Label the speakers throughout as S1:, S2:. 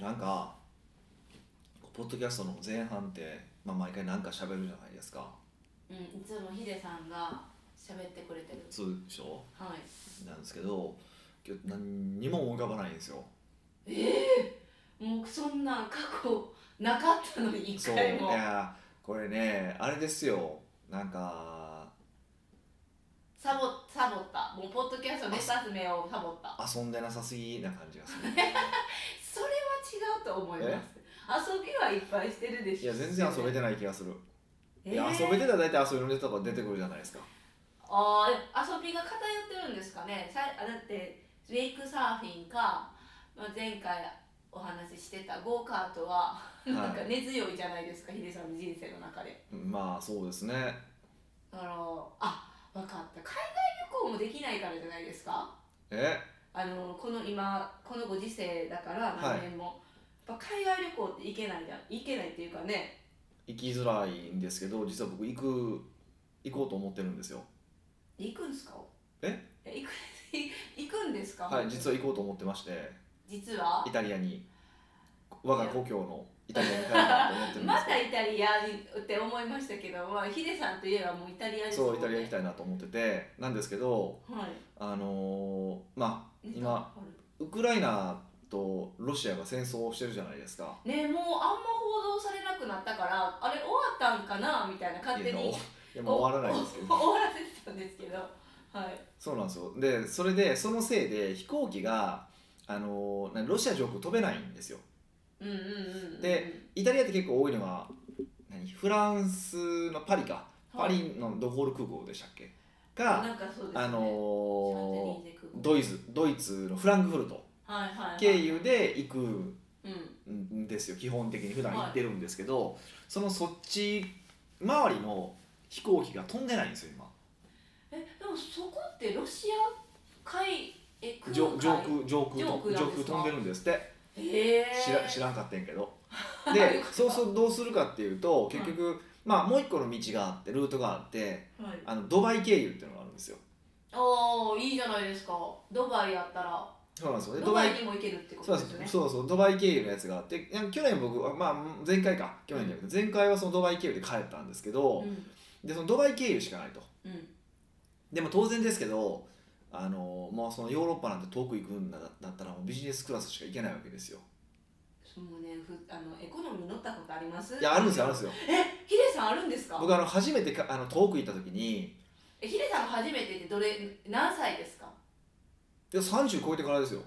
S1: なんかポッドキャストの前半って、まあ、毎回なんか喋るじゃないですか
S2: うん、いつもヒデさんが喋ってくれてる。
S1: 通称
S2: はい。
S1: なんですけど今日何にも思い浮かばないんですよ
S2: ええもうそんなん過去なかったのに一
S1: そうい
S2: 回も。
S1: やこれねあれですよなんか
S2: サボサボった。もうポッドキャストで2つ目をサボった。
S1: 遊んでなさすぎな感じがする
S2: それは違うと思います。遊びはいっぱいしてるでしょ。
S1: いや全然遊べてない気がする、
S2: え
S1: いや
S2: ー
S1: 遊べてたら大体遊びのネタとか出てくるじゃないですか
S2: あー遊びが偏ってるんですかねさあだってウェイクサーフィンか、まあ、前回お話ししてたゴーカートはなんか根強いじゃないですか、ヒデさんの人生の中で
S1: まあそうですね
S2: あのあ分かった海外旅行もできないからじゃないですか
S1: え
S2: あのこの今このご時世だから
S1: はい
S2: 何年も、やっぱ海外旅行って行けないじゃん行けないっていうかね
S1: 行きづらいんですけど実は僕行く行こうと思ってるんですよ
S2: 行くんですか
S1: え
S2: え行く 行くんですか
S1: はい実は行こうと思ってまして
S2: 実は
S1: イタリアに我が故郷のイタリアに帰ろうかなと思ってるんで
S2: ます
S1: け
S2: たイタリアにって思いましたけど、まあ、ヒデさんといえばもうイタリアで
S1: ど
S2: すも
S1: そ
S2: ん
S1: う
S2: ね
S1: イタリア行きたいなと思っててなんですけど
S2: はい
S1: あのーまあ今
S2: あ
S1: ウクライナとロシアが戦争をしてるじゃないですか
S2: るねもうあんま報道されなくなったからあれ終わったんかなみたいな勝手
S1: いや
S2: に
S1: いやもう終わらないですけど
S2: 終わらせてたんですけどはい
S1: そうなんですよでそれでそのせいで飛行機があのーなロシア上空飛べないんですよ
S2: うんうんうんうん
S1: でイタリアって結構多いのが何フランスのパリかパ
S2: はい
S1: リのドゴール空港でしたっけ
S2: な
S1: が、
S2: んかそうですね
S1: あのー
S2: シャンゼリーゼ空港
S1: ドイツドイツのフランクフルト
S2: はいはいはい
S1: 経由で行く
S2: うん
S1: んですよ基本的に普段行ってるんですけど、そのそっち周りの飛行機が飛んでないんですよ今
S2: えでもそこってロシア海え空
S1: 上
S2: 海
S1: 上空上空
S2: 上
S1: と
S2: 空なんですか
S1: 上空飛んでるんですって
S2: へえ
S1: 知ら知らんかったんやけ ど
S2: よか
S1: で
S2: った
S1: そうするとどうするかっていうと結局、まあもう一個の道があってルートがあって
S2: はい
S1: あのドバイ経由っていうのがあるんですよ
S2: ああいいじゃないですかドバイやったら
S1: そうなんですよで
S2: ドバイにも行けるってこ
S1: そう
S2: とで
S1: です
S2: よね
S1: すそうそうドバイ経由のやつがあっていや去年僕は、まあ、前回か去年じゃなくて前回はそのドバイ経由で帰ったんですけど、
S2: うん
S1: でそのドバイ経由しかないと
S2: うん
S1: でも当然ですけどあのもうそのヨーロッパなんて遠く行くんだだったらもうビジネスクラスしか行けないわけですよ
S2: そのねふあのエコノミー乗ったことあります
S1: いやあるんですよあるんですよ
S2: えヒデさんあるんですか
S1: 僕あの初めてかあの遠く行った時に
S2: えヒデさんが初めてってどれ何歳ですか
S1: で30超えてからですよ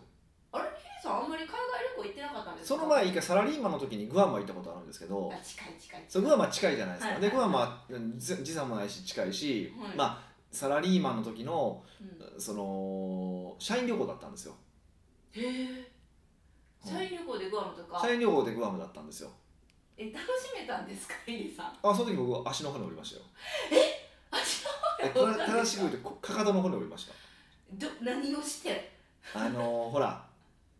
S2: あれヒデさんあんまり海外旅行行ってなかったんですか
S1: その前一回サラリーマンの時にグアムは行ったことあるんですけど
S2: あ近い近い
S1: そうグアムは近いじゃないですか、
S2: はい
S1: でグアムは時時差もないし近いし、
S2: はい
S1: まあサラリーマンの時の
S2: うん
S1: その社員旅行だったんですよ
S2: へえ社員旅行でグアムとか
S1: 社員旅行でグアムだったんですよ
S2: え楽しめたんですかヒデさん
S1: あその時僕は足の骨折りましたよ
S2: 足の
S1: え
S2: 骨折ったんで
S1: 正し
S2: すか
S1: く言うとこかかとの骨折りまし
S2: ど何をして
S1: たあのーほら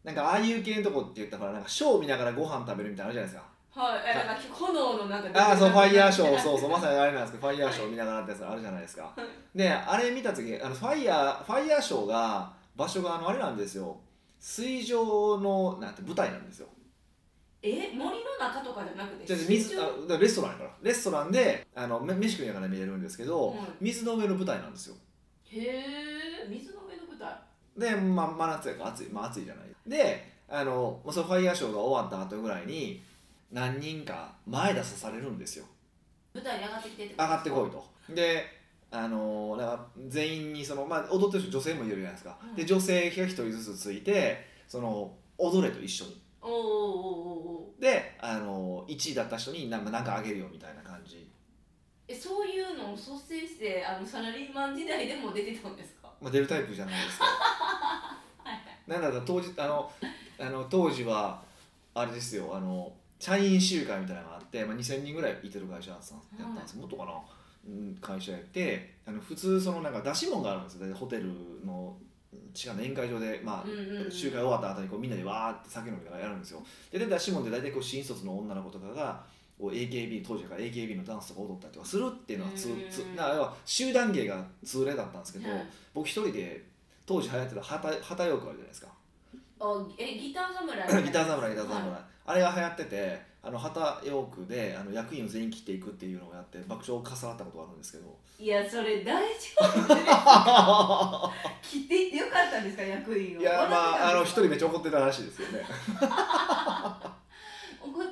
S1: なんかああいう系のとこって言ったからなんかショーを見ながらご飯食べるみたいなのあるじゃないですか
S2: はいえなんか炎のなんか
S1: ああそうファイヤーショーそうそうまさにあれなんですけどファイヤーショー見ながらってやつあるじゃないですかであれ見た時あのファイヤーファイヤーショーが場所があのあれなんですよ水上のなんて舞台なんですよ
S2: え森の中とかじゃなくて
S1: じゃあ
S2: 地
S1: 水
S2: 上
S1: あだからレストランやからレストランであのめ飯食いながら見れるんですけど、
S2: うん
S1: 水の上の舞台なんですよ
S2: へえ水の上の舞台
S1: で、まあ、真夏やから暑い、まあ、暑いじゃないであのもうそのファイヤーショーが終わった後ぐらいに何人か前出さされるんですよ
S2: 舞台に上がってきてって
S1: 上がってこいとであのだから全員にその、まあ、踊ってる人女性もいるじゃないですか、
S2: うん
S1: で女性が一人ずつついてその踊れと一緒に
S2: おーおーおーおお
S1: であの1位だった人になんかなんかあげるよみたいな感じ、
S2: えそういうのを率先してあのサラリーマン時代でも出てたんですか
S1: まあ、出るタイプじゃないですかなんだろう当時あのあの当時はあれですよあの社員集会みたいなのがあって、まあ、2000人ぐらいいてる会社だったんです、やったんですもっとかな、うん、会社やってあの普通そのなんか出し物があるんですよ大体ホテルの違う宴会場で、まあ
S2: うんうんうん
S1: 集会終わった後にこうみんなでわーって酒飲みながらやるんですよでで出し物で大体こう新卒の女の子とかがこう AKB 当時だから AKB のダンスとか踊ったりとかするっていうのはつ
S2: うん
S1: つな要は集団芸が通例だったんですけど、
S2: はい
S1: 僕一人で当時流行ってた旗旗ヨークあるじゃないですか
S2: おえギター 侍
S1: ギター侍ギター侍、
S2: は
S1: あれが流行っててあの旗ヨークであの役員を全員切っていくっていうのをやって爆笑を重なったことがあるんですけ ど
S2: い、いやそれ大丈夫です切っていってよかったんですか役員を
S1: いやまああの
S2: 笑ってたんで
S1: 一人め
S2: すか
S1: っちゃ怒ってたらしいですよ ね
S2: 怒っ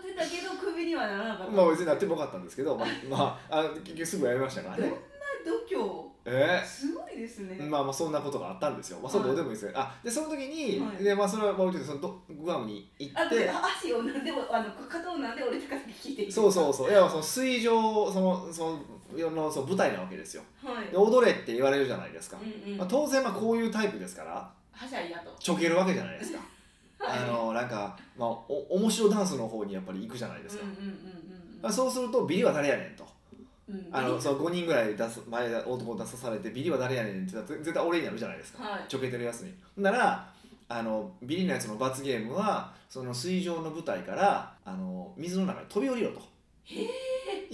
S2: てたけどクビにはならなかった、
S1: まあ別になってもよかったんですけどまあ、まあ、あの結局すぐやりましたからね
S2: 度
S1: え
S2: 胸すごいですね、
S1: えまあまあそんなことがあったんですよまあそれどうでもいいですよ、あでその時に、
S2: はい
S1: でまあそれはまあ置いといてそのどグアムに行
S2: あ
S1: っ
S2: で
S1: て
S2: 足をなんでもあのかかとをなんで俺とか先聞いていい
S1: そうそうそういやその水上そのその世のその舞台なわけですよ
S2: はい
S1: で踊れって言われるじゃないですか、
S2: うんうん
S1: まあ、当然まあこういうタイプですから
S2: はしゃいだと
S1: ちょけるわけじゃないですか
S2: はい
S1: あのなんか、まあ、お面白ダンスの方にやっぱり行くじゃないですか、
S2: うんうんうんうん
S1: まあ、そうするとビリは誰やねんと
S2: うん、うん、
S1: あのその5人ぐらい出す前男出さされてビリは誰やねんって言ったら絶対俺になるじゃないですか
S2: はい
S1: ちょけてるやつにならあのビリのやつの罰ゲームはその水上の舞台からあの水の中に飛び降りろと
S2: へ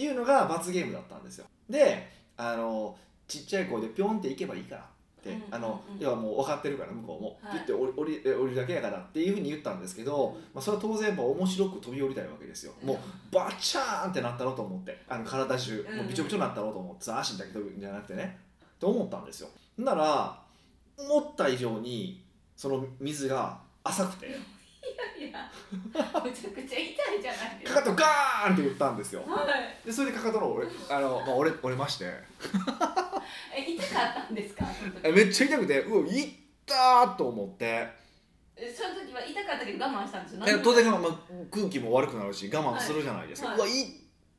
S1: いうのが罰ゲームだったんですよであのちっちゃい声でピョンって行けばいいからって、
S2: うんうんうん
S1: あの要はもう分かってるから向こうも、
S2: はい
S1: ピュッて降り降り降りるだけやからっていうふうに言ったんですけど、まあ、それは当然もう面白く飛び降りたいわけですよもうバチャーンってなったろと思ってあの体中もうびちょびちょになったろと思ってさ足だけ飛ぶんじゃなくてねと思ったんですよなら思った以上にその水が浅くて
S2: いやいやめちゃくちゃ痛いじゃないです
S1: かかとガーンって打ったんですよ
S2: はい
S1: でそれでかかとの俺あの、まあ、折れ折れまして
S2: え痛かったんですかその時
S1: えめっちゃ痛くてうわいったーと思って
S2: えその時は痛かったけど我慢したんですよ
S1: え
S2: なんで
S1: 当然、まあ、空気も悪くなるし我慢するじゃないですか、
S2: はいう
S1: わいっ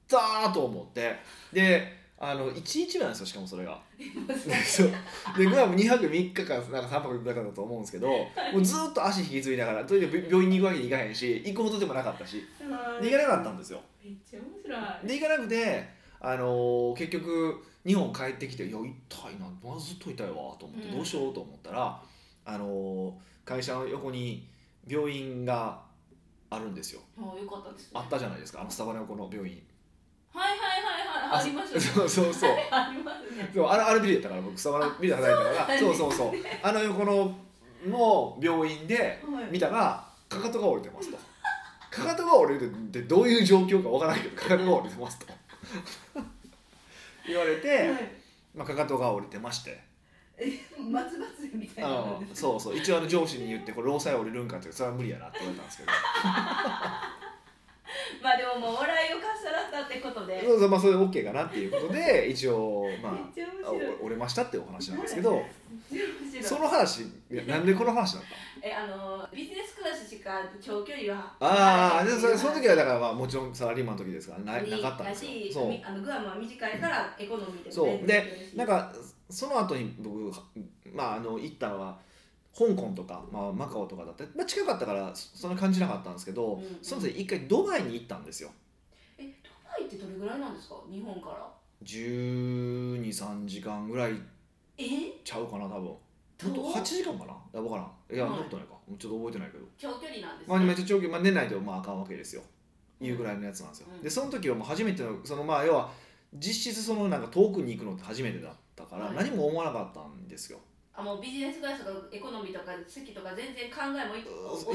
S1: たーと思ってであの1日目なんですよしかもそれがでそうでグアム2泊3日間なんか3泊だからだと思うんですけどもうずーっと足引きずりながらとにかく病病院に行くわけにいかへんし行くほどでもなかったし
S2: はい
S1: で行かなかったんですよ
S2: めっちゃ面白い
S1: で行かなくて、あのー結局日本帰ってきて「いや痛いなまあずっと痛いわ」と思って、
S2: うん
S1: どうしようと思ったら、あのー会社の横に病院があるんですよ
S2: もうよかったですね
S1: あったじゃないですかあのスタバの横の病院
S2: はいはいはいはいありますよね
S1: そうそうそう
S2: ありますね
S1: そうあれあれビリだったから僕スタバのビリで働いてたからそうそうそうあの横のの病院で
S2: はい
S1: 見たらかかとが折れてますとかかとが折れるってどういう状況かわからないけどかかとが折れてますと言われて、
S2: はい
S1: まあ、かかとが折れてまして
S2: え松祭りみたい
S1: あ
S2: なの
S1: の
S2: です
S1: そうそう一応あの上司に言ってこれ労災折れるんかってそれは無理やなって言われたんですけど
S2: まあでももう笑いをかっさらったってことでめっ
S1: そうそう、まあ、それで OK かなっていうことで一応ま
S2: ちゃ面
S1: あ
S2: 白い
S1: お折れましたっていうお話なんですけど
S2: めっちゃ面
S1: そ
S2: 白い
S1: の話いやなんでこの話だっ
S2: えあのビジネスクラスしか長距離は
S1: たああ
S2: はい
S1: でそその時はだからまあもちろんサラリーマンの時ですからななかったんです
S2: いい
S1: よ
S2: し
S1: そう
S2: みあのグアムは短いからエコノミーで
S1: そう
S2: 全然
S1: で
S2: いいし
S1: なんかその後に僕まああの行ったのは香港とか、まあ、マカオとかだって、まあ、近かったからそそんな感じなかったんですけど、
S2: うん
S1: その時一回ドバイに行ったんですよ
S2: えドバイってどれぐらいなんですか日本から
S1: 123時間ぐらい
S2: え
S1: ちゃうかな多分も
S2: 遠
S1: っ
S2: っ
S1: と8時間かないや分からんいや
S2: はい
S1: もっとないかちょっと覚えてないけど
S2: 長距離なんです
S1: まあ
S2: ね
S1: めっちゃ長期、まあ、寝ないとまああかんわけですよいうぐらいのやつなんですよ
S2: うん
S1: でその時はもう初めてのそのまあ要は実質そのなんか遠くに行くのって初めてだったから
S2: はい
S1: 何も思わなかったんですよ
S2: あもうビジネスクラスとかエコノミーとか席とか全然考えもい
S1: い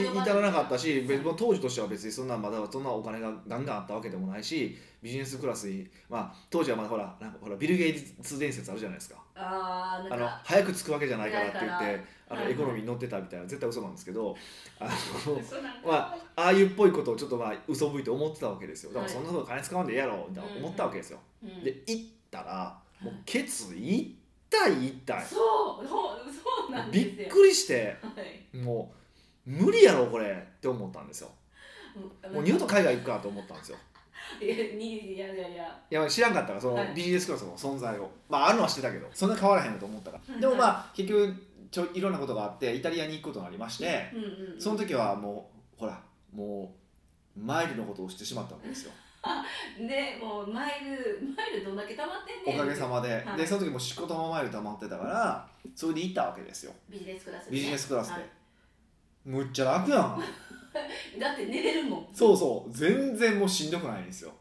S2: 及ば
S1: 至らなかったし
S2: はい
S1: 別に当時としては別にそんなまだそんなお金がガンガンあったわけでもないしビジネスクラスにまあ当時はまだほらなんかほらビル・ゲイツ伝説あるじゃないですか
S2: あーな
S1: あ
S2: ん
S1: の
S2: か
S1: 早く着くわけじゃないからって言っ
S2: ない
S1: てあ
S2: は
S1: の
S2: い
S1: エコノミーに乗ってたみたいな絶対嘘なんですけどあの
S2: そうなんか
S1: まああいうっぽいことをちょっとまあ嘘ぶいて思ってたわけですよだから
S2: はい
S1: そんなこと金使わんでいいやろみたいな思ったわけですよ
S2: うん
S1: で行ったらもうケツ痛い痛い
S2: そうそうそうなんです
S1: び
S2: よ
S1: っくりして
S2: はい
S1: もう無理やろこれって思ったんですよもう二度と海外行くかと思ったんですよ
S2: いやにいやいやいや
S1: いや知らんかったからその
S2: はい
S1: ビジネスクラスの存在をまああるのは知ってたけどそんな変わらへんと思ったか
S2: は
S1: ら
S2: い
S1: でもまあ結局ちょいろんなことがあってイタリアに行くことになりまして
S2: うんうんうん
S1: その時はもうほらもうマイルのことをしてしまったわけですよ
S2: ねもうマイルマイルどんだけ溜まって
S1: お
S2: んね
S1: か
S2: ん
S1: げさまで、
S2: はい
S1: でその時もう仕事もマイル溜まってたからそれで行ったわけですよ
S2: ビジネスクラスでね
S1: ビジネスクラスで、
S2: は
S1: むっちゃ楽やん
S2: いだって寝れるもん
S1: そうそう全然もうしんどくないんですよ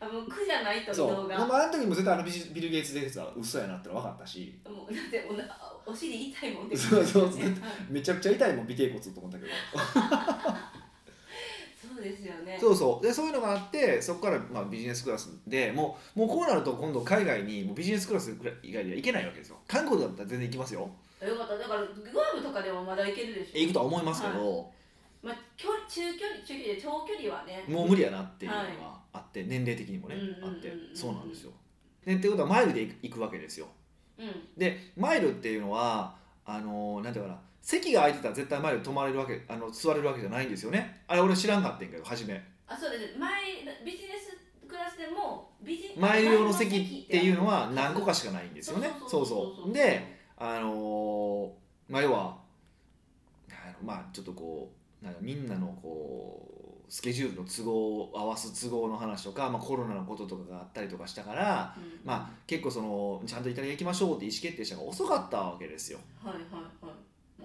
S2: あもう苦じゃないと
S1: そう
S2: 動
S1: で
S2: 画
S1: もあの時も絶対あのビジビル・ゲイツ伝説は嘘やなっての分かったし
S2: もうだっておなお尻痛いもんね
S1: そうそうそう
S2: はい
S1: めちゃくちゃ痛いもん尾てい骨と思ったけど
S2: そうですよね
S1: そうそうでそういうのがあってそこからまあビジネスクラスでもうもうこうなると今度海外にもうビジネスクラス以外では行けないわけですよ韓国だったら全然行きますよ
S2: よかっただからグアムとかでもまだ行けるでしょ
S1: 行くとは思いますけど、
S2: まあ、距離中距離中距離で長距離はね
S1: もう無理やなっていうのが
S2: はい
S1: あって、年齢的にもね、
S2: うんうんうんうん
S1: あってそうなんですよ。でってことはマイルで行くわけですよ。
S2: うん
S1: でマイルっていうのはあのーなんていうかな席が空いてたら絶対マイル泊まれるわけあの座れるわけじゃないんですよね。あれ俺知らんかったんやけど初め。
S2: あそうです前ビジネスクラスでもビジ
S1: マイル用の席っていうのは何個かしかないんですよね。そうそう。であのーまあ要はあのまあちょっとこうなんかみんなのこうスケジュールの都合を合わす都合の話とか、まあ、コロナのこととかがあったりとかしたからまあ、結構そのちゃんとイタリア行きましょうって意思決定したのが遅かったわけですよ、
S2: あはいはいはい、ま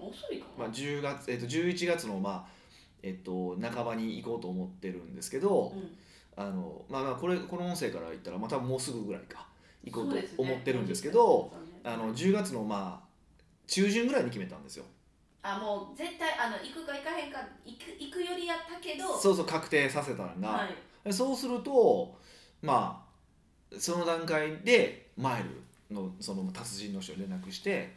S2: あ、遅いか
S1: ま
S2: な、
S1: あ10月えっと、11月の、まあえっと、半ばに行こうと思ってるんですけど、
S2: うん
S1: あのまあ、まあこれこの音声から言ったら、まあ、多分もうすぐぐらいか行こう
S2: そうです
S1: と
S2: ね
S1: 思ってるんですけど
S2: そうですね
S1: あの10月の、まあ、中旬ぐらいに決めたんですよ
S2: あもう絶対あの行くか行かへんか行く行くよりやったけど
S1: そうそう確定させたのが、
S2: はい、
S1: でそうするとまあその段階でマイルのその達人の人に連絡して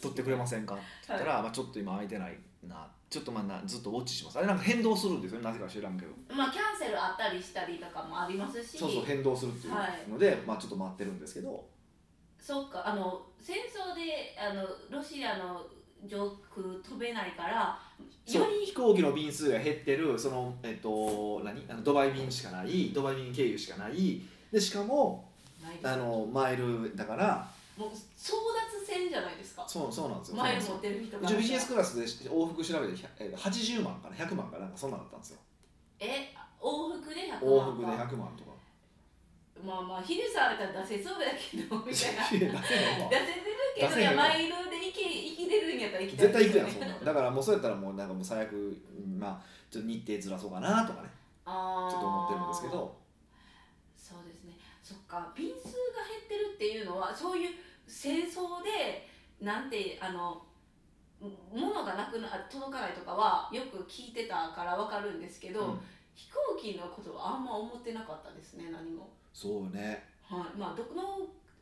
S1: 撮ってくれませんか?」って言ったら、まあ、ちょっと今空いてないなちょっとまあなずっとウォッチしますあれなんか変動するんですよねなぜか知らんけど
S2: まあキャンセルあったりしたりとかもありますし
S1: そうそう変動するっていうので、まあ、ちょっと待ってるんですけど
S2: そうかあの戦争であのロシアの上空飛べないから
S1: そう
S2: より
S1: 飛行機の便数が減ってるその、えっと、何あのドバイ便しかないドバイ便経由しかないでしかも
S2: ないです
S1: あのマイルだから
S2: もう争奪戦じゃないですか
S1: そうそうなんですよ
S2: マイル持ってる人
S1: う
S2: が
S1: ちビジネスクラスで往復調べてひゃえー80万かな100万かなんかそんなんだったんですよ
S2: え往復で100万
S1: 往復で
S2: か
S1: 100万とか
S2: まあまあヒルさんだったら出せそうだけど みたいな出せ
S1: いや出せへんわ
S2: てるけどいやマイルで行け行きれるんやったら行きたい
S1: 絶対行くやんそんなんだからもうそうやったらもうなんかもう最悪うんまあちょっと日程ずらそうかなとかね
S2: あ
S1: ち
S2: ー
S1: ょっと思ってるんですけど
S2: そうですねそっか便数が減ってるっていうのはそういう戦争でなんてあの物がなくな届かないとかはよく聞いてたからわかるんですけど、
S1: うん
S2: 飛行機のことはあんま思ってなかったですね何も、
S1: そうね
S2: はい、まあどこの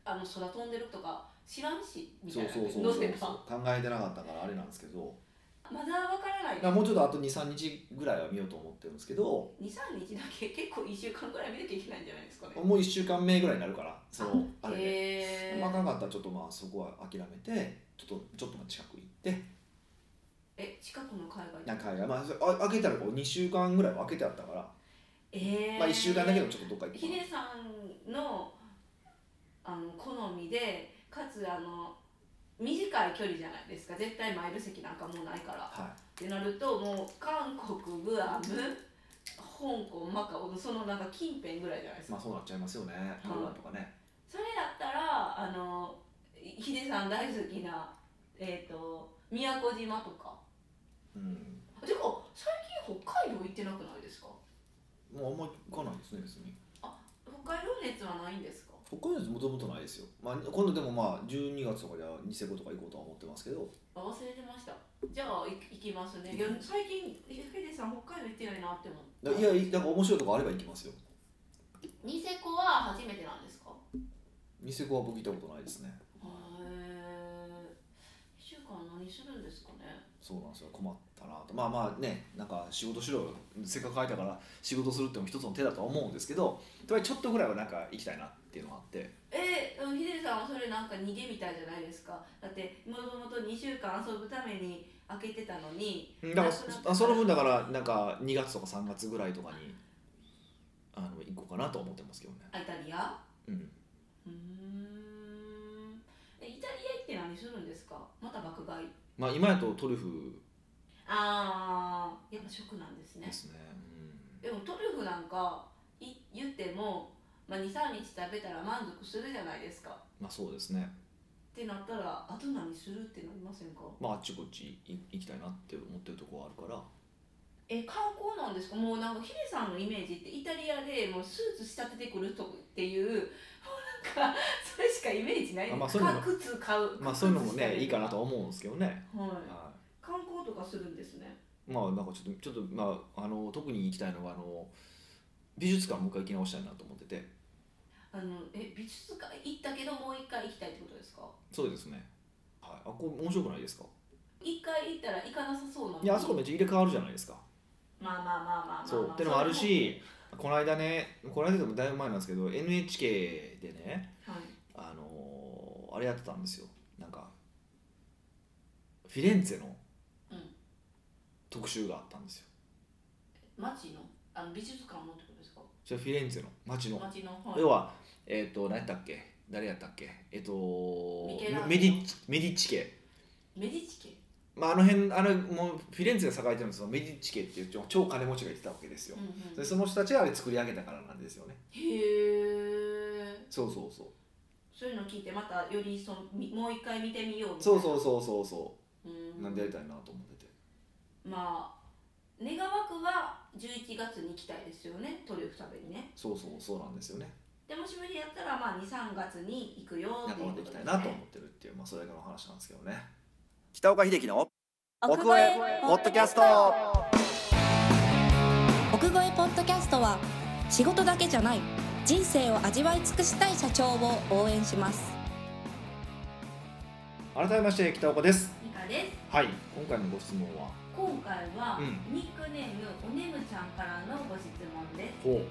S2: あの空飛んでるとか知らんしみた
S1: そ
S2: いう
S1: そ
S2: な
S1: うそう
S2: 乗
S1: そう
S2: せば
S1: 考えてなかったからあれなんですけど
S2: まだわからない
S1: だからもうちょっとあと23日ぐらいは見ようと思ってるんですけど
S2: 23日だけ結構1週間ぐらい見なきゃいけないんじゃないですかね
S1: もう1週間目ぐらいになるからそのあれで、
S2: へえ
S1: まあかんかったらちょっとまあそこは諦めてちょっとちょっとまあ近く行って
S2: え近くの海外
S1: なんか海外まあそれあ開けたらこう2週間ぐらいは開けてあったから、
S2: ええ
S1: まあ1週間だけどちょっとどっか行
S2: ヒ
S1: こうかな
S2: デさんのあの好みでかつあの短い距離じゃないですか絶対マイル席なんかもうないから
S1: はい
S2: ってなるともう韓国グアム香港マカオそのなんか近辺ぐらいじゃないですか、
S1: まあそうなっちゃいますよねコロナとかね
S2: それだったらあのヒデさん大好きなえっ、と宮古島とか
S1: うん
S2: てか最近北海道行ってなくないですか
S1: もうあんまり行かないですね別に
S2: 北海道熱はないんですか
S1: 北海道もともとないですよ、まあ、今度でもまあ12月とかではニセコとか行こうとは思ってますけど
S2: あ忘れてましたじゃあい行きますねいや最近ヒデさん北海道行ってないなって思
S1: だ
S2: って
S1: いやいなんか面白いとこあれば行きますよ
S2: ニセコは初めてなんですか
S1: ニセコは僕行ったことないですね
S2: へえ1週間何するんですかね
S1: そうなんですよ困ったなとまあまあねなんか仕事しろよせっかく書いたから仕事するってのも一つの手だとは思うんですけどとはいえちょっとぐらいはなんか行きたいなっていうのがあって
S2: えー、うんヒデさんはそれなんか逃げみたいじゃないですかだってもともと2週間遊ぶために開けてたのに
S1: だからそその分だからなんか2月とか3月ぐらいとかにあの行こうかなと思ってますけどね
S2: あイタリア
S1: うん
S2: うーんえイタリア行って何するんですかまた爆買い
S1: まあ今やとトリュフ
S2: ああやっぱ食なんですね
S1: ですね、うん
S2: でもトリュフなんかい言っても、まあ、23日食べたら満足するじゃないですかっ
S1: まあそうですね
S2: てなったらあと何するってなりませんか
S1: まあ、あっちこっちい行きたいなって思ってるところはあるから
S2: え観光なんですかもうなんかヒデさんのイメージってイタリアでもうスーツ仕立ててくるとっていうもうなんか それしかイメージない
S1: あ
S2: ん
S1: まあ
S2: です
S1: そういうのも
S2: 靴買う
S1: まあそういうのも
S2: 靴下
S1: ね
S2: で
S1: いいかなとは思うんですけどね、
S2: はい
S1: は
S2: 観光とかするんですね
S1: い、まあなんかちょっとちょっとまああの特に行きたいのはあの美術館もう一回行き直したいなと思ってて
S2: あのえ美術館行ったけどもう一回行きたいってことですか
S1: そうですねはいあこれ面白くないですか
S2: 一回行ったら行かなさそうなの
S1: いやあそこめっちゃ入れ替わるじゃないですか
S2: まあまあまあまあまあ、まあ、
S1: そうってのもあるしこの間ねこの間でもだいぶ前なんですけど NHK でね
S2: はい
S1: あのーあれやってたんですよなんかフィレンツェの
S2: うん
S1: 特集があったんですよ
S2: 町のあの美術館のってことですか
S1: じゃあフィレンツェの街の
S2: 町のはい
S1: 要はえっ、と何やったっけ誰やったっけえっ、と
S2: ミケランジェロ
S1: メディッチメディッチ家
S2: メディチ家
S1: まああの辺あれもうフィレンツェが栄えてるんですけどメディッチ家っていう超超金持ちがいてたわけですよ
S2: う、んうん
S1: でその人たちがあれ作り上げたからなんですよね
S2: へえ
S1: そうそうそう
S2: そういうの聞いてまたよりそのみもう一回見てみようみたい
S1: そ
S2: な
S1: うそうそうそうそう
S2: うーん
S1: なんでやりたいなと思ってて
S2: まあ願わくは11月に行きたいですよねトリュフ食べにね
S1: そうそうそうなんですよね
S2: でもし無理やったらまあ23月に行くよ
S1: 仲間
S2: う
S1: で
S2: こ
S1: いきた
S2: とで
S1: い
S2: す
S1: なと思ってるっていうまあそれだけの話なんですけどね北岡秀樹の
S3: 奥越えポッドキャスト
S4: 奥越えポッドキャストは仕事だけじゃない人生を味わい尽くしたい社長を応援します
S1: 改めまして北岡です
S2: ミカです
S1: はい今回のご質問は
S2: 今回は、
S1: うん
S2: ニックネームおねむちゃんからのご質問です
S1: ほ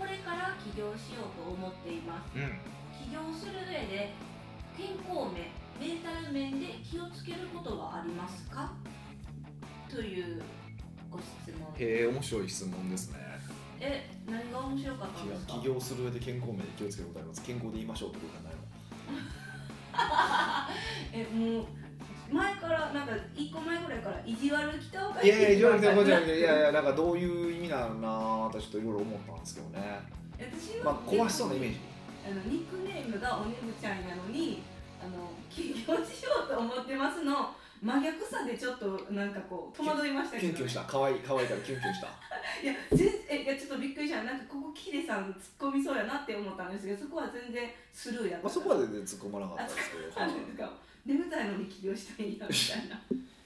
S2: これから起業しようと思っています
S1: ううん
S2: 起業する上で健康面メンタル面で気をつけることはありますかというご質問
S1: へえ面白い質問ですね
S2: え何が面白かったんですか
S1: 起業する上で健康面で気をつけることあります健康で言いましょうってことはないの
S2: えもう前からなんか一個前ぐらいから意地悪北岡
S1: いやいやいやいやい
S2: じ
S1: や
S2: ゃ
S1: いやいやいやなんかどういう意味なのかな私ちょっといろいろ思ったんですけどね
S2: 私の、
S1: まあ怖しそうなイメージ
S2: あのニックネームがおねむちゃんやのにあの起業しようと思ってますの真逆さでちょっとなんかこう戸惑いましたけ
S1: キュ
S2: ど、
S1: ンキュンした可愛い可愛いからキュンキュンした
S2: いや全然えいやちょっとびっくりしたなんかここキレさん突っ込みそうやなって思ったんですけどそこは全然スルーやった
S1: まあそこは全然突っ込まなかったんですけ
S2: あ
S1: ど
S2: なんか眠たいのに起業したいんやみたい な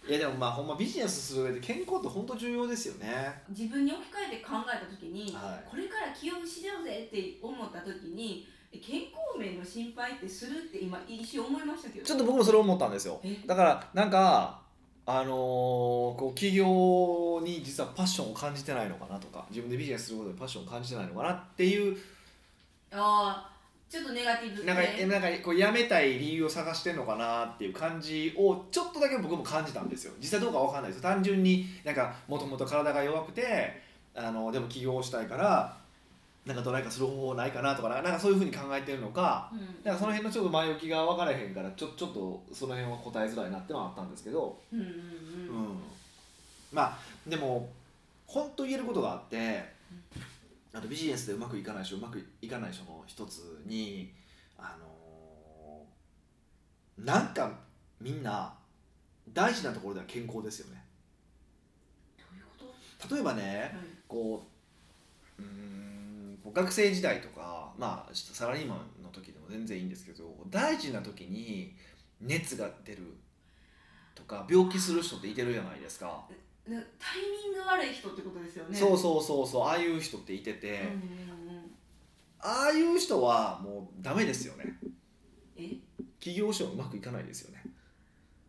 S1: いやでもまあほんまビジネスする上で健康って本当重要ですよね
S2: 自分に置き換えて考えた時に、
S1: はい
S2: これから起業しようぜって思った時にえ健康面の心配ってするって今一瞬思いましたけど
S1: ちょっと僕もそれ思ったんですよ
S2: え
S1: だからなんかあのーこう企業に実はパッションを感じてないのかなとか自分でビジネスすることでパッションを感じてないのかなっていう
S2: ああちょっとネガティブ
S1: なんか
S2: ね
S1: なんかこうやめたい理由を探してんのかなっていう感じをちょっとだけ僕も感じたんですよ実際どうかわかんないですよ単純になんかもともと体が弱くてあのでも起業したいからなんかどないかする方法ないかなとかなんかそういうふうに考えてるのか
S2: うん
S1: なんかその辺のちょっと前置きが分からへんからちょちょっとその辺は答えづらいなってのはあったんですけど、
S2: うんうん
S1: うん
S2: うん
S1: まあでも本当言えることがあってあとビジネスでうまくいかない人うまくいかない人の一つにあのーなんかみんな大事なところでは健康ですよね
S2: どういうこと
S1: 例えばねこううーんこう学生時代とかまあサラリーマンの時でも全然いいんですけど大事な時に熱が出るとか病気する人っていてるじゃないですか、
S2: うんなタイミング悪い人ってことですよね
S1: そうそうそうそうああいう人っていてて、
S2: うんうんうん
S1: ああいう人はもうダメですよね
S2: え
S1: 起業してもうまくいかないですよね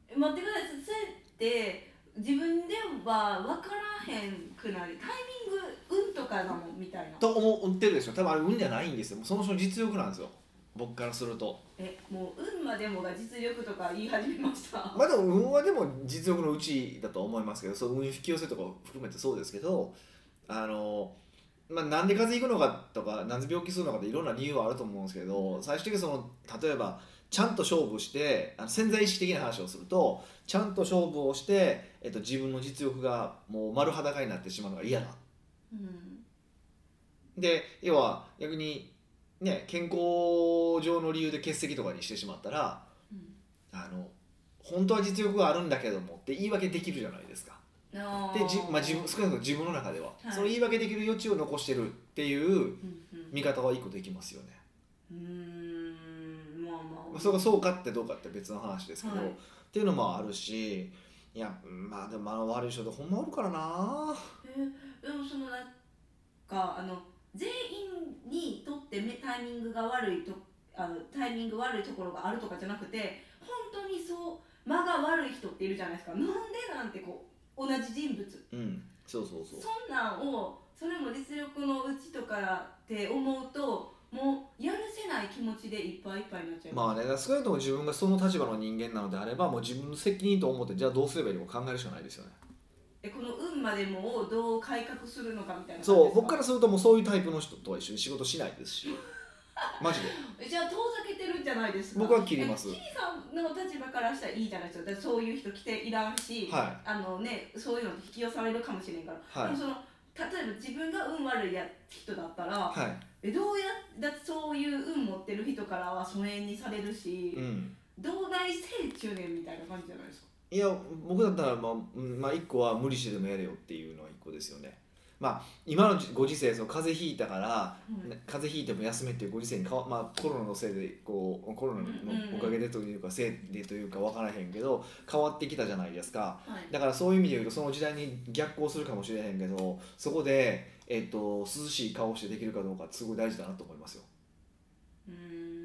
S2: え待ってくださいそれって自分では分からへんくなりタイミング運とかだもんみたいな
S1: と思ってるでしょ多分あれ運じゃないんですよもうその人の実力なんですよ僕からすると
S2: えもう運までもが実力とか言い始めましたは
S1: まあでも運はでも実力のうちだと思いますけどそう運引き寄せとかを含めてそうですけどあの、まあ、なんで風邪ひくのかとかなんで病気するのかっていろんな理由はあると思うんですけど最終的にその例えばちゃんと勝負してあの潜在意識的な話をするとちゃんと勝負をして、えっと、自分の実力がもう丸裸になってしまうのが嫌だ
S2: うん
S1: で要は逆にね健康上の理由で欠席とかにしてしまったら
S2: うん
S1: あの本当は実力があるんだけどもって言い訳できるじゃないですか
S2: あー
S1: でじ、まあ、自分少なくとも自分の中では、
S2: はい
S1: その言い訳できる余地を残してるっていう
S2: うんうん
S1: 見方は一個できますよね、
S2: うーんまあま
S1: ま
S2: あ
S1: あそれがそうかってどうかって別の話ですけど、
S2: はい
S1: っていうのもあるしいやまあでもあの悪い人ってほんまおるからな
S2: えーでもそのなんかあの全員にとってめタイミングが悪いとあのタイミング悪いところがあるとかじゃなくて本当にそう間が悪い人っているじゃないですかなんでなんてこう同じ人物
S1: うんそうそうそう
S2: そんなんをそれも実力のうちとかって思うともうやるせない気持ちでいっぱいいっぱいになっちゃい
S1: ま
S2: ま
S1: あね、だから少なくとも自分がその立場の人間なのであればもう自分の責任と思ってじゃあどうすればいいのか考えるしかないですよね
S2: す、えこの運までもをどう改革するのかみたいな感じですか
S1: そう僕からするともうそういうタイプの人とは一緒に仕事しないですしマジで
S2: えじゃあ遠ざけてるんじゃないですか
S1: 僕は切ります
S2: えキリさんの立場からしたらいいじゃないですかだってそういう人来ていらんし、
S1: は
S2: あのね、そういうの引き寄されるかもしれんから、
S1: はい
S2: でもその例えば自分が運悪いや人だったら、
S1: はい
S2: えどうやだってそういう運持ってる人からは疎遠にされるし、
S1: うん
S2: 同大成中年みたいな感じじゃないですか
S1: いや僕だったらまあ、うんまあ、一個は無理してでもやれよっていうのは一個ですよねまあ今のご時世その風邪ひいたから、
S2: うん
S1: ね風邪ひいても休めっていうご時世にかわ、まあ、コロナのせいでこうコロナのおかげでというかせいでというか分からへんけど変わってきたじゃないですか
S2: はい
S1: だからそういう意味で言うとその時代に逆行するかもしれへんけどそこで、えっと涼しい顔をしてできるかどうかってすごい大事だなと思いますよ
S2: うーん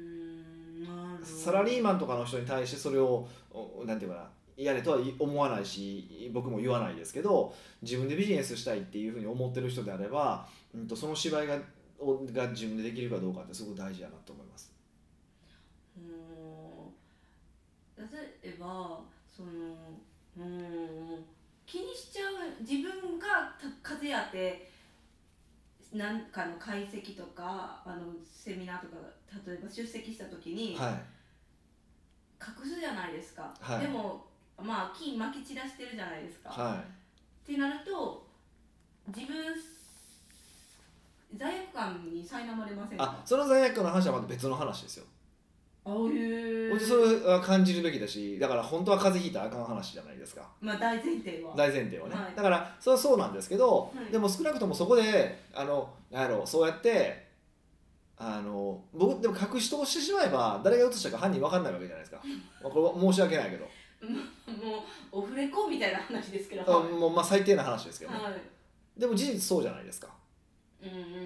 S2: なるほど
S1: サラリーマンとかの人に対してそれをおなんていうかなやれとは思わないし僕も言わないですけど自分でビジネスしたいっていうふうに思ってる人であれば、うん、とその芝居がをが自分でできるかどうかってすごい大事だなと思います。
S2: もう例えばそのうん気にしちゃう自分がた風邪やてなんかの解析とかあのセミナーとか例えば出席した時に
S1: はい、
S2: 隠すじゃないですか、
S1: はい
S2: でもまあ金まき散らしてるじゃないですか、
S1: は
S2: ってなると自分罪悪感に苛まれませ
S1: い、
S2: ん
S1: あ
S2: か
S1: その罪悪感の話はまた別の話ですよ。
S2: ああいう
S1: もちろんそれは感じるべきだしだから本当は風邪ひいたらあかん話じゃないですか。
S2: まあ大前提は
S1: 大前提はね、
S2: はい
S1: だからそれはそうなんですけど、
S2: はい
S1: でも少なくともそこであのなんやろうそうやってあの僕でも隠し通してしまえば誰が移したか犯人分かんないわけじゃないですか、まあ、これは申し訳ないけど
S2: もうオフレコみたいな話ですけど。
S1: あ
S2: はい。
S1: もうまあ最低な話ですけどね、
S2: は
S1: でも事実そうじゃないですか、
S2: い。うんうんうんうん。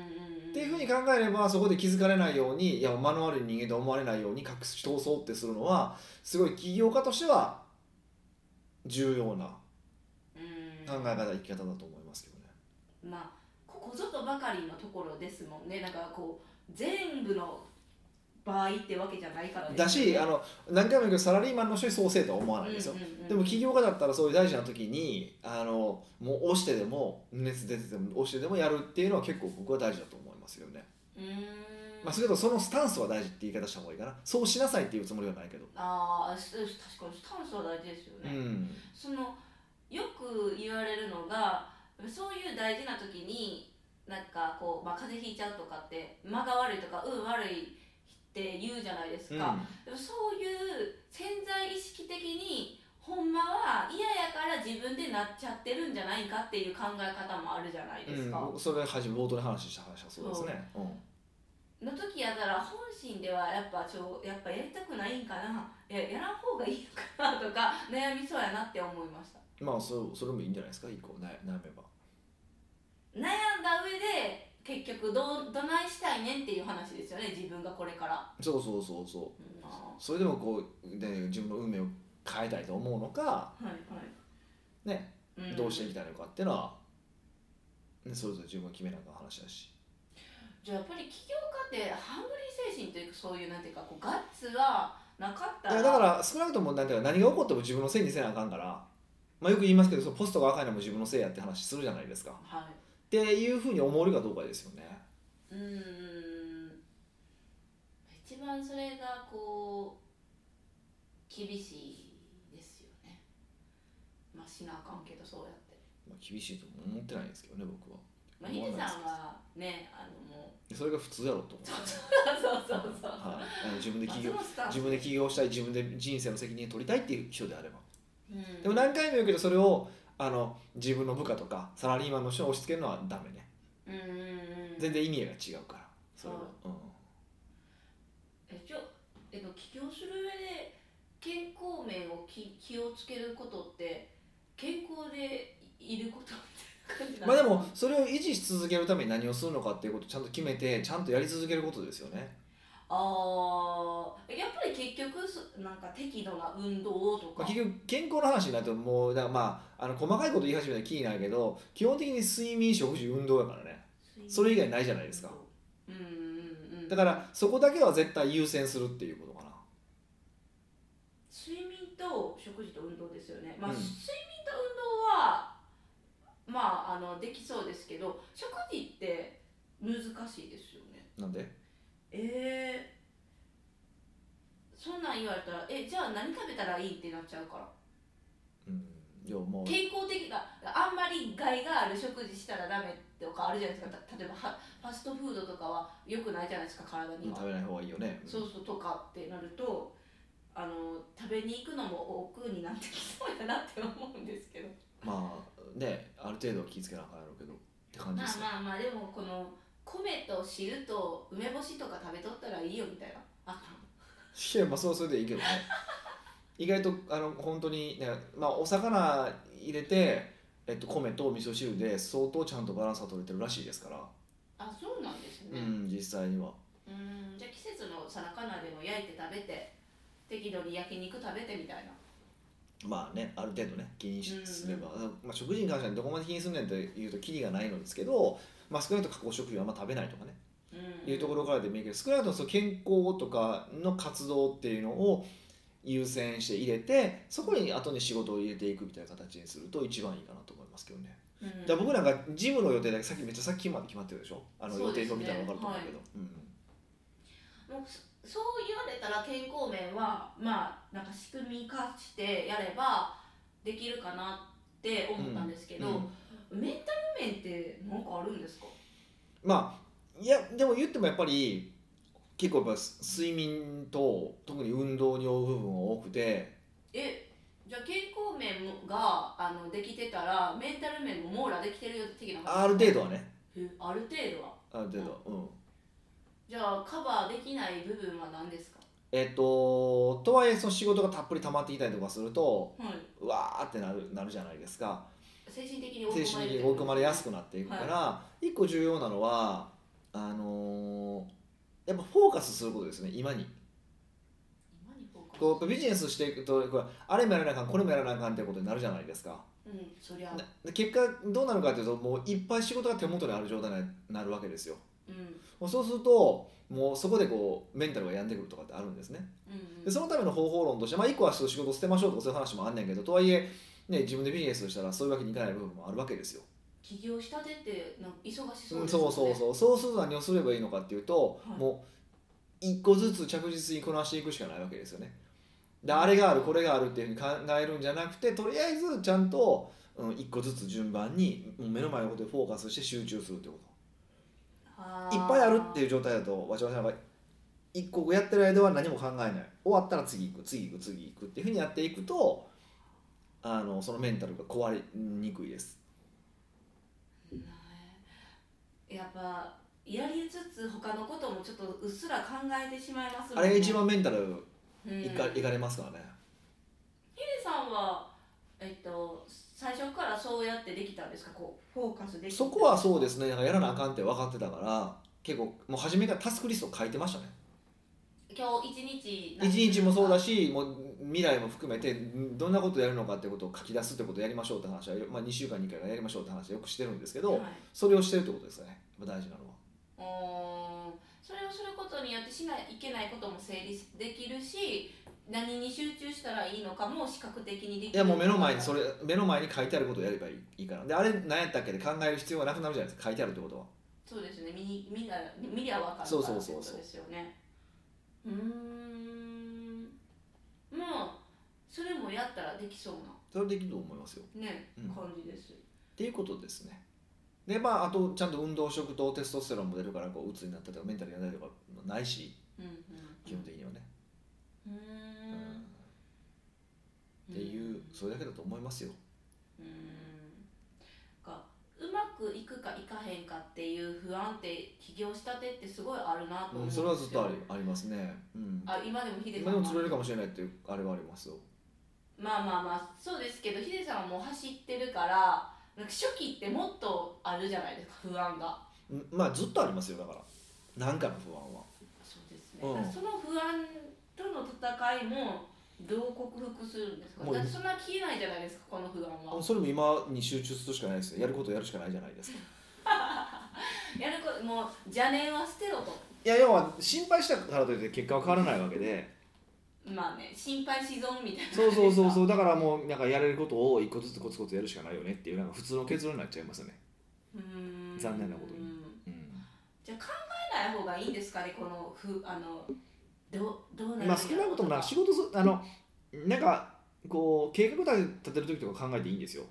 S1: っていうふうに考えればそこで気づかれないようにいや間の悪い人間と思われないように隠し通そうってするのはすごい起業家としては重要な
S2: うん。
S1: 考え方生き方だと思いますけどね
S2: まあここぞとばかりのところですもんね。なんかこう全部の場合ってわけじゃないからですね。
S1: だしあの何回も言うけどサラリーマンの人にそうせえとは思わないですよ、
S2: うんうんうん
S1: でも起業家だったらそういう大事な時にあのもう押してでも熱出てでも押してでもやるっていうのは結構僕は大事だと思いますよね、
S2: うーん。
S1: まあ、それとそのスタンスは大事って言い方した方がいいかなそうしなさいっていうつもりはないけど
S2: ああ、す確かにスタンスは大事ですよ
S1: う
S2: ね。
S1: ん
S2: そのよく言われるのがそういう大事な時になんかこう、まあ、風邪ひいちゃうとかって間が悪いとか運悪いって言うじゃないです
S1: うん
S2: か、でもそういう潜在意識的にほんまは嫌やから自分でなっちゃってるんじゃないかっていう考え方もあるじゃないですか、
S1: うん、それは初め冒頭で話した話はそうですね、うん
S2: の時やったら本心ではやっぱちょやっぱやりたくないんかなややらん方がいいのかなとか悩みそうやなって思いました
S1: まあそそれもいいんじゃないですか一個悩悩めば
S2: 悩んだ上で結局どうどないしたいねんっていう話ですよね自分がこれから、
S1: そうそうそうそう
S2: うんは
S1: それでもこうで自分の運命を変えたいと思うのか
S2: いは
S1: ね
S2: い、ん
S1: どうしていきたいのかっていうのは、ね、それぞれ自分が決めなあかん話だし
S2: じゃあやっぱり起業家ってハングリー精神というかそういうなんていうかこうガッツはなかった
S1: だからだから少なくともなんていうか何が起こっても自分のせいにせなあかんから、まあ、よく言いますけどそのポストが赤いのも自分のせいやって話するじゃないですかっ
S2: はい
S1: ていうふうに思えるかどうかですよね
S2: うーん一番それがこう厳しいですよねまあしなあかんけどそうやって、
S1: まあ、厳しいとも思ってないですけどね僕は
S2: まあ、ヒ
S1: 思わ
S2: デ
S1: ないです
S2: さんはねあのもう
S1: それが普通やろうと思う
S2: そうそうそうそう、
S1: はいあの、自分で起業
S2: まあそのスタンス
S1: 自分で起業したい自分で人生の責任を取りたいっていう人であれば
S2: うん
S1: でも何回も言うけどそれをあの自分の部下とかサラリーマンの人に押し付けるのはダメね
S2: うんうん
S1: 全然意味が違うからそれは、うん、
S2: えちょえっと起業する上で健康面をき気をつけることって健康でいることみたいな感じな
S1: まあで
S2: の
S1: もそれを維持し続けるために何をするのかっていうことをちゃんと決めてちゃんとやり続けることですよね
S2: あーやっぱり結局そなんか適度な運動とか、
S1: まあ、結局健康の話になるともうだからまああの細かいこと言い始めたら気になるけど基本的に睡眠食事運動やからねそれ以外ないじゃないですか
S2: うんうんうん
S1: だからそこだけは絶対優先するっていうことかな
S2: 睡眠と食事と運動ですよね、まあ
S1: うん
S2: 睡眠と運動はまああのできそうですけど食事って難しいですよね
S1: なんで
S2: えー、そんなん言われたらえじゃあ何食べたらいいってなっちゃうから
S1: うんいやもう
S2: 健康的なあんまり害がある食事したらダメとかあるじゃないですかた例えばはファストフードとかは良くないじゃないですか体には
S1: 食べない方がいいよね
S2: そうそうとかってなるとあの食べに行くのも億劫になってきそうやなって思うんですけど
S1: まあねある程度は気ぃつけなあかんやろうけどって感じ
S2: ま
S1: で
S2: あ
S1: すね、
S2: まあまあでもこの米と汁と梅干しとか食べとったらいいよみたいなあ
S1: いやまあそうそれでいいけどね意外とあの本当にねまあお魚入れて、えっと、米と味噌汁で相当ちゃんとバランスは取れてるらしいですから
S2: あそうなんです
S1: う
S2: ね
S1: ん実際には
S2: うんじゃあ季節のさなかなでも焼いて食べて適度に焼肉食べてみたいな
S1: まあねある程度ね気にし
S2: うんうん
S1: すれば、まあ、食事に関してはどこまで気にすんねんっていうとキリがないのですけど、まあ、少なくとも加工食品はあんま食べないとかね
S2: うん
S1: いうところからでもいいけど少なくともその健康とかの活動っていうのを優先して入れてそこに後に仕事を入れていくみたいな形にすると一番いいかなと思いますけどね。
S2: う
S1: だ
S2: ん
S1: から僕なんかジムの予定だけさっきめっちゃさっきまで決まってるでしょあの
S2: そ
S1: 予
S2: う
S1: 定
S2: ですね
S1: 表みたいなの分かると思うけどうん
S2: もうそそう言われたら健康面はまあなんか仕組み化してやればできるかなって思ったんですけど、
S1: うん
S2: メンタル面って何かあるんですか
S1: まあいやでも言ってもやっぱり結構やっぱ睡眠と特に運動に追う部分が多くて
S2: えじゃあ健康面もがあのできてたらメンタル面も網羅できてるよ的な
S1: ある程度はね
S2: えある程度は
S1: ある程度はうん
S2: じゃあカバーできない部分は何ですか
S1: えっととはいえその仕事がたっぷり溜まってきたりとかすると
S2: はいう
S1: わーってなるなるじゃないですか
S2: 精神的に
S1: 精神的に追い込まれやすく
S2: な
S1: なっていくから、一個重要なのはあのーやっぱフォーカスすることですね今に
S2: 今にフォーカス
S1: こうやっぱビジネスしていくとこれあれもやらなあかんこれもやらなあかんってことになるじゃないですか
S2: うんそりゃ
S1: なで結果どうなるかというともういっぱい仕事が手元にある状態になるわけですよ
S2: うん
S1: もうそうするともうそこでこうメンタルが病んでくるとかってあるんですね
S2: うんう
S1: で
S2: ん
S1: そのための方法論として、まあ、一個はちょっと仕事を捨てましょうとかそういう話もあんねんけどとはいえ、ね、自分でビジネスをしたらそういうわけにいかない部分もあるわけですよ
S2: 起業したてってなんか忙しそうです
S1: う
S2: よ
S1: ん
S2: ね
S1: そうそうそうそうすると何をすればいいのかっていうと、
S2: はい
S1: もう一個ずつ着実にこなしていくしかないわけですよねであれがあるこれがあるっていうふうに考えるんじゃなくてとりあえずちゃんと、うん、一個ずつ順番にもう目の前のことにフォーカスして集中するってこ
S2: あ
S1: と
S2: ー
S1: いっぱいあるっていう状態だとわちゃわちゃが一個やってる間は何も考えない終わったら次行く次行く次行くっていうふうにやっていくとあのそのメンタルが壊れにくいです
S2: やっぱやりつつ他のこともちょっとうっすら考えてしまいますも
S1: あ
S2: んね
S1: れが一番メンタル
S2: うん
S1: い
S2: ヒデ
S1: か,、いかれますからね
S2: さんはえっと最初からそうやってできたんですかこうフォーカスできた
S1: そこはそうですねなんかやらなあかんって分かってたから結構もう初めからタスクリスト書いてましたね
S2: 今日一日何
S1: 一日もそうだしもう未来も含めてんどんなことやるのかってことを書き出すってことをやりましょうって話は、まあ、2週間に1回からやりましょうって話はよくしてるんですけど、
S2: はい、
S1: それをしてるってことですよねやっぱ大事なのは
S2: うーんそれをすることによってしないいけないことも整理できるし何に集中したらいいのかも視覚的にでき
S1: い
S2: る
S1: やもう目の前にそ
S2: れ
S1: れ目の前に書いてあることをやればいいいいからであれ何やったっけで考える必要がなくなるじゃないですか書いてあるってことは
S2: そうですね見に見な見りゃ分かるから
S1: そうそうそう
S2: って
S1: そう
S2: ことですよねうーんまあそれもやったらできそう
S1: それできると思いますよ
S2: なね、
S1: うん
S2: 感じです
S1: っていうことですねでまああとちゃんと運動食糖テストステロンも出るからこう鬱になったりとかメンタルやらないとかないし
S2: うんうん
S1: 基本的にはね、
S2: うー
S1: うん
S2: ん
S1: っていうそれだけだと思いますよ
S2: うんくいくかいかへんかっていう不安って起業したてってすごいあるなと思うん
S1: うん、
S2: です
S1: そ
S2: よ、
S1: れはずっとありありますね、うん、
S2: あ今でもヒデさ
S1: 今
S2: ん
S1: でも
S2: は
S1: 潰れるかもしれないっていうあれはありますよ
S2: まあまあまあそうですけどヒデさんはもう走ってるからなんか初期ってもっとあるじゃないですか不安が
S1: うんまあずっとありますよだからなんかの不安は
S2: そうですね、
S1: うん
S2: その不安との戦いもどう克服するんですか
S1: もう
S2: だってそんな消えないじゃないですかこの不安
S1: もう
S2: は
S1: それも今に集中するしかないですよやることやるしかないじゃないですか
S2: やることもう邪念は捨てろと
S1: いや要は心配したからといって結果は変わらないわけで
S2: まあね心配し損みたいな
S1: そうそうそう
S2: う
S1: そうだからもうなんかやれることを一個ずつコツコツやるしかないよねっていうなんか普通の結論になっちゃいますよね、
S2: うーん
S1: 残念なことに
S2: うん
S1: うん
S2: じゃあ考えない方がいいんですかねこのふあのどうどうなる
S1: まあ、少なくともなんか仕事すあのなんかこう計画立て立てる時とか考えていいんですよ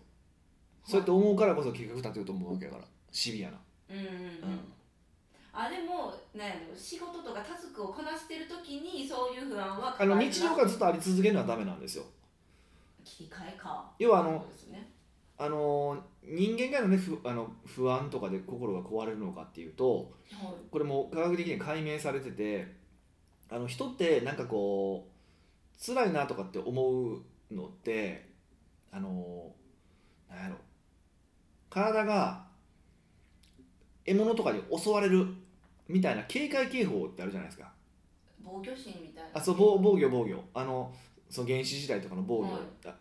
S1: そうやって思うからこそ計画立てると思うわけだからシビアな、
S2: うんうんうん、あでもなんやろ仕事とかタスクをこなしてる時にそういう不安は
S1: あの日常から
S2: ら
S1: ずっとあり続けるのはダメなんですよ
S2: 切り替えか
S1: 要はあの
S2: そうですね
S1: あの人間からのね不あの不安とかで心が壊れるのかっていうと
S2: はい
S1: これも科学的に解明されててあの人ってなんかこう辛いなとかって思うのってあのなんやろ体が獲物とかに襲われるみたいな警戒警報ってあるじゃないですか
S2: 防御心みたいな
S1: あそう防防御防御あのその原始時代とかの防
S2: はい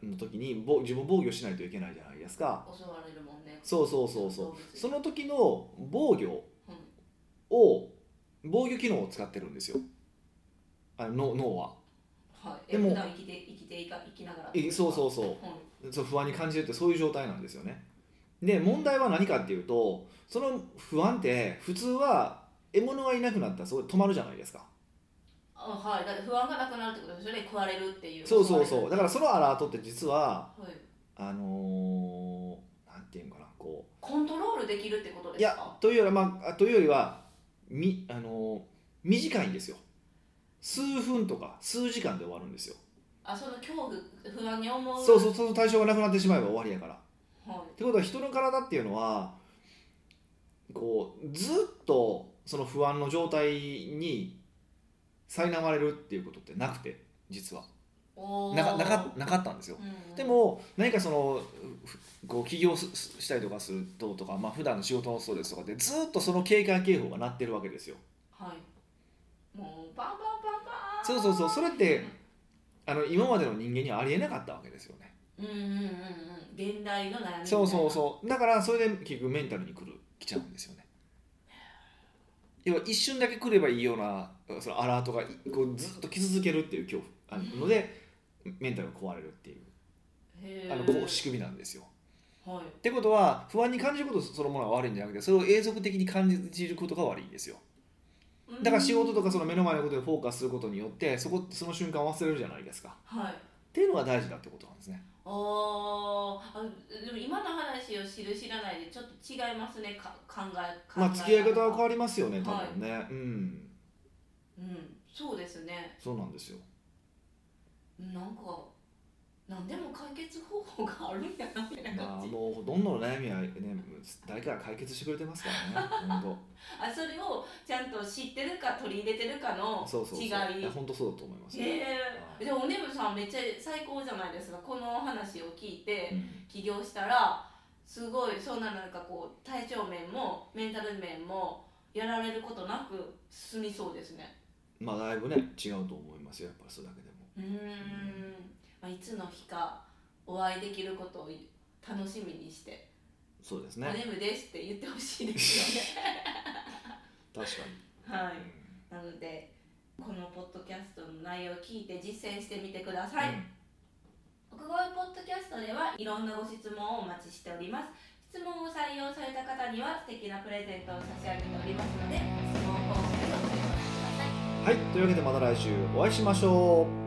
S1: 御の時に、防自分を防御しないといけないじゃないですか
S2: 襲われるもんね
S1: そうそうそうそう
S2: う
S1: その時の防御
S2: うん
S1: を防御機能を使ってるんですよあの脳脳は
S2: はい
S1: で
S2: で
S1: も
S2: も普段生きて生きていか生きながら
S1: えそうそううそ
S2: はいう
S1: そう不安に感じるってそういう状態なんですよねで問題は何かっていうとその不安って普通は獲物がいなくなったらそこで止まるじゃないですか
S2: あはいだって不安がなくなるってことですよね食われるっていう
S1: そうそうそう
S2: は
S1: だからそのアラートって実はいあのー、なんていうのかなこ
S2: コントロールできるってこと
S1: う
S2: で
S1: い
S2: す
S1: や
S2: か
S1: というより,、まあ、あというよりはみ、あのー短いんですよ数分とか数時間で終わるんですよ
S2: あその恐怖不安に思う
S1: そうそうその対象がなくなってしまえば終わりやから。っ
S2: は
S1: てことは人の体っていうのはこうずっとその不安の状態に苛まれるっていうことってなくて実はい
S2: おー
S1: なかなかなかったんですよ。
S2: うん
S1: でも何かそのふこう起業すしたりとかするととか、まあ普段の仕事もそうですとかでずっとその警戒警報が鳴ってるわけですよ。
S2: はいもうバンバンバンバン
S1: そうそうそうそれってあの今までの人間にはありえなかったわけですよね。
S2: うんうんうんうん現代の悩みみたいな
S1: そうそうそうだからそれで結局メンタルに来る来ちゃうんですよね要は一瞬だけ来ればいいようなそのアラートがいこうずっと来続けるっていう恐怖あのでメンタルが壊れるっていう
S2: へー
S1: あのこう仕組みなんですよ
S2: はい
S1: ってことは不安に感じることそのものが悪いんじゃなくてそれを永続的に感じることが悪いんですよだから仕事とかその目の前のことでフォーカスすることによってそこその瞬間を忘れるじゃないですかっ
S2: はい
S1: ていうのが大事だってことなんですね
S2: あーあでも今の話を知る知らないでちょっと違いますねか考え考え
S1: まあ付き合い方は変わ
S2: る
S1: りますよね多分ね、うん
S2: うんそうですね
S1: そうなんですよ
S2: なんか何でも解決方法があるんやなみたいな
S1: ま
S2: 感
S1: あ、
S2: じ、
S1: もうほとんどの悩みはね、誰かが解決してくれてますからね、 本
S2: あ、それをちゃんと知ってるか取り入れてるかの
S1: 当。そうそうそう。
S2: 違い
S1: や本当そうだと思います。
S2: へ
S1: は
S2: えでもおねむさんめっちゃ最高じゃないですかこのお話を聞いて、
S1: うん
S2: 起業したらすごいそんななんかこう体調面もメンタル面もやられることなく進みそうですね
S1: まあ、だいぶね、違うと思いますよ、やっぱりそれだけでも。
S2: うーん、まあ、いつの日かお会いできることを楽しみにして
S1: そうです
S2: 「お
S1: ね。
S2: ねむです」って言ってほしいです よね
S1: 確か
S2: は
S1: に。
S2: いなのでこのポッドキャストの内容を聞いて実践してみてください、
S1: うん
S2: 奥越ポッドキャストではいろんなご質問をお待ちしております質問を採用された方には素敵なプレゼントを差し上げておりますので質問フォームでお願いします
S1: はい、というわけでまた来週お会いしましょう。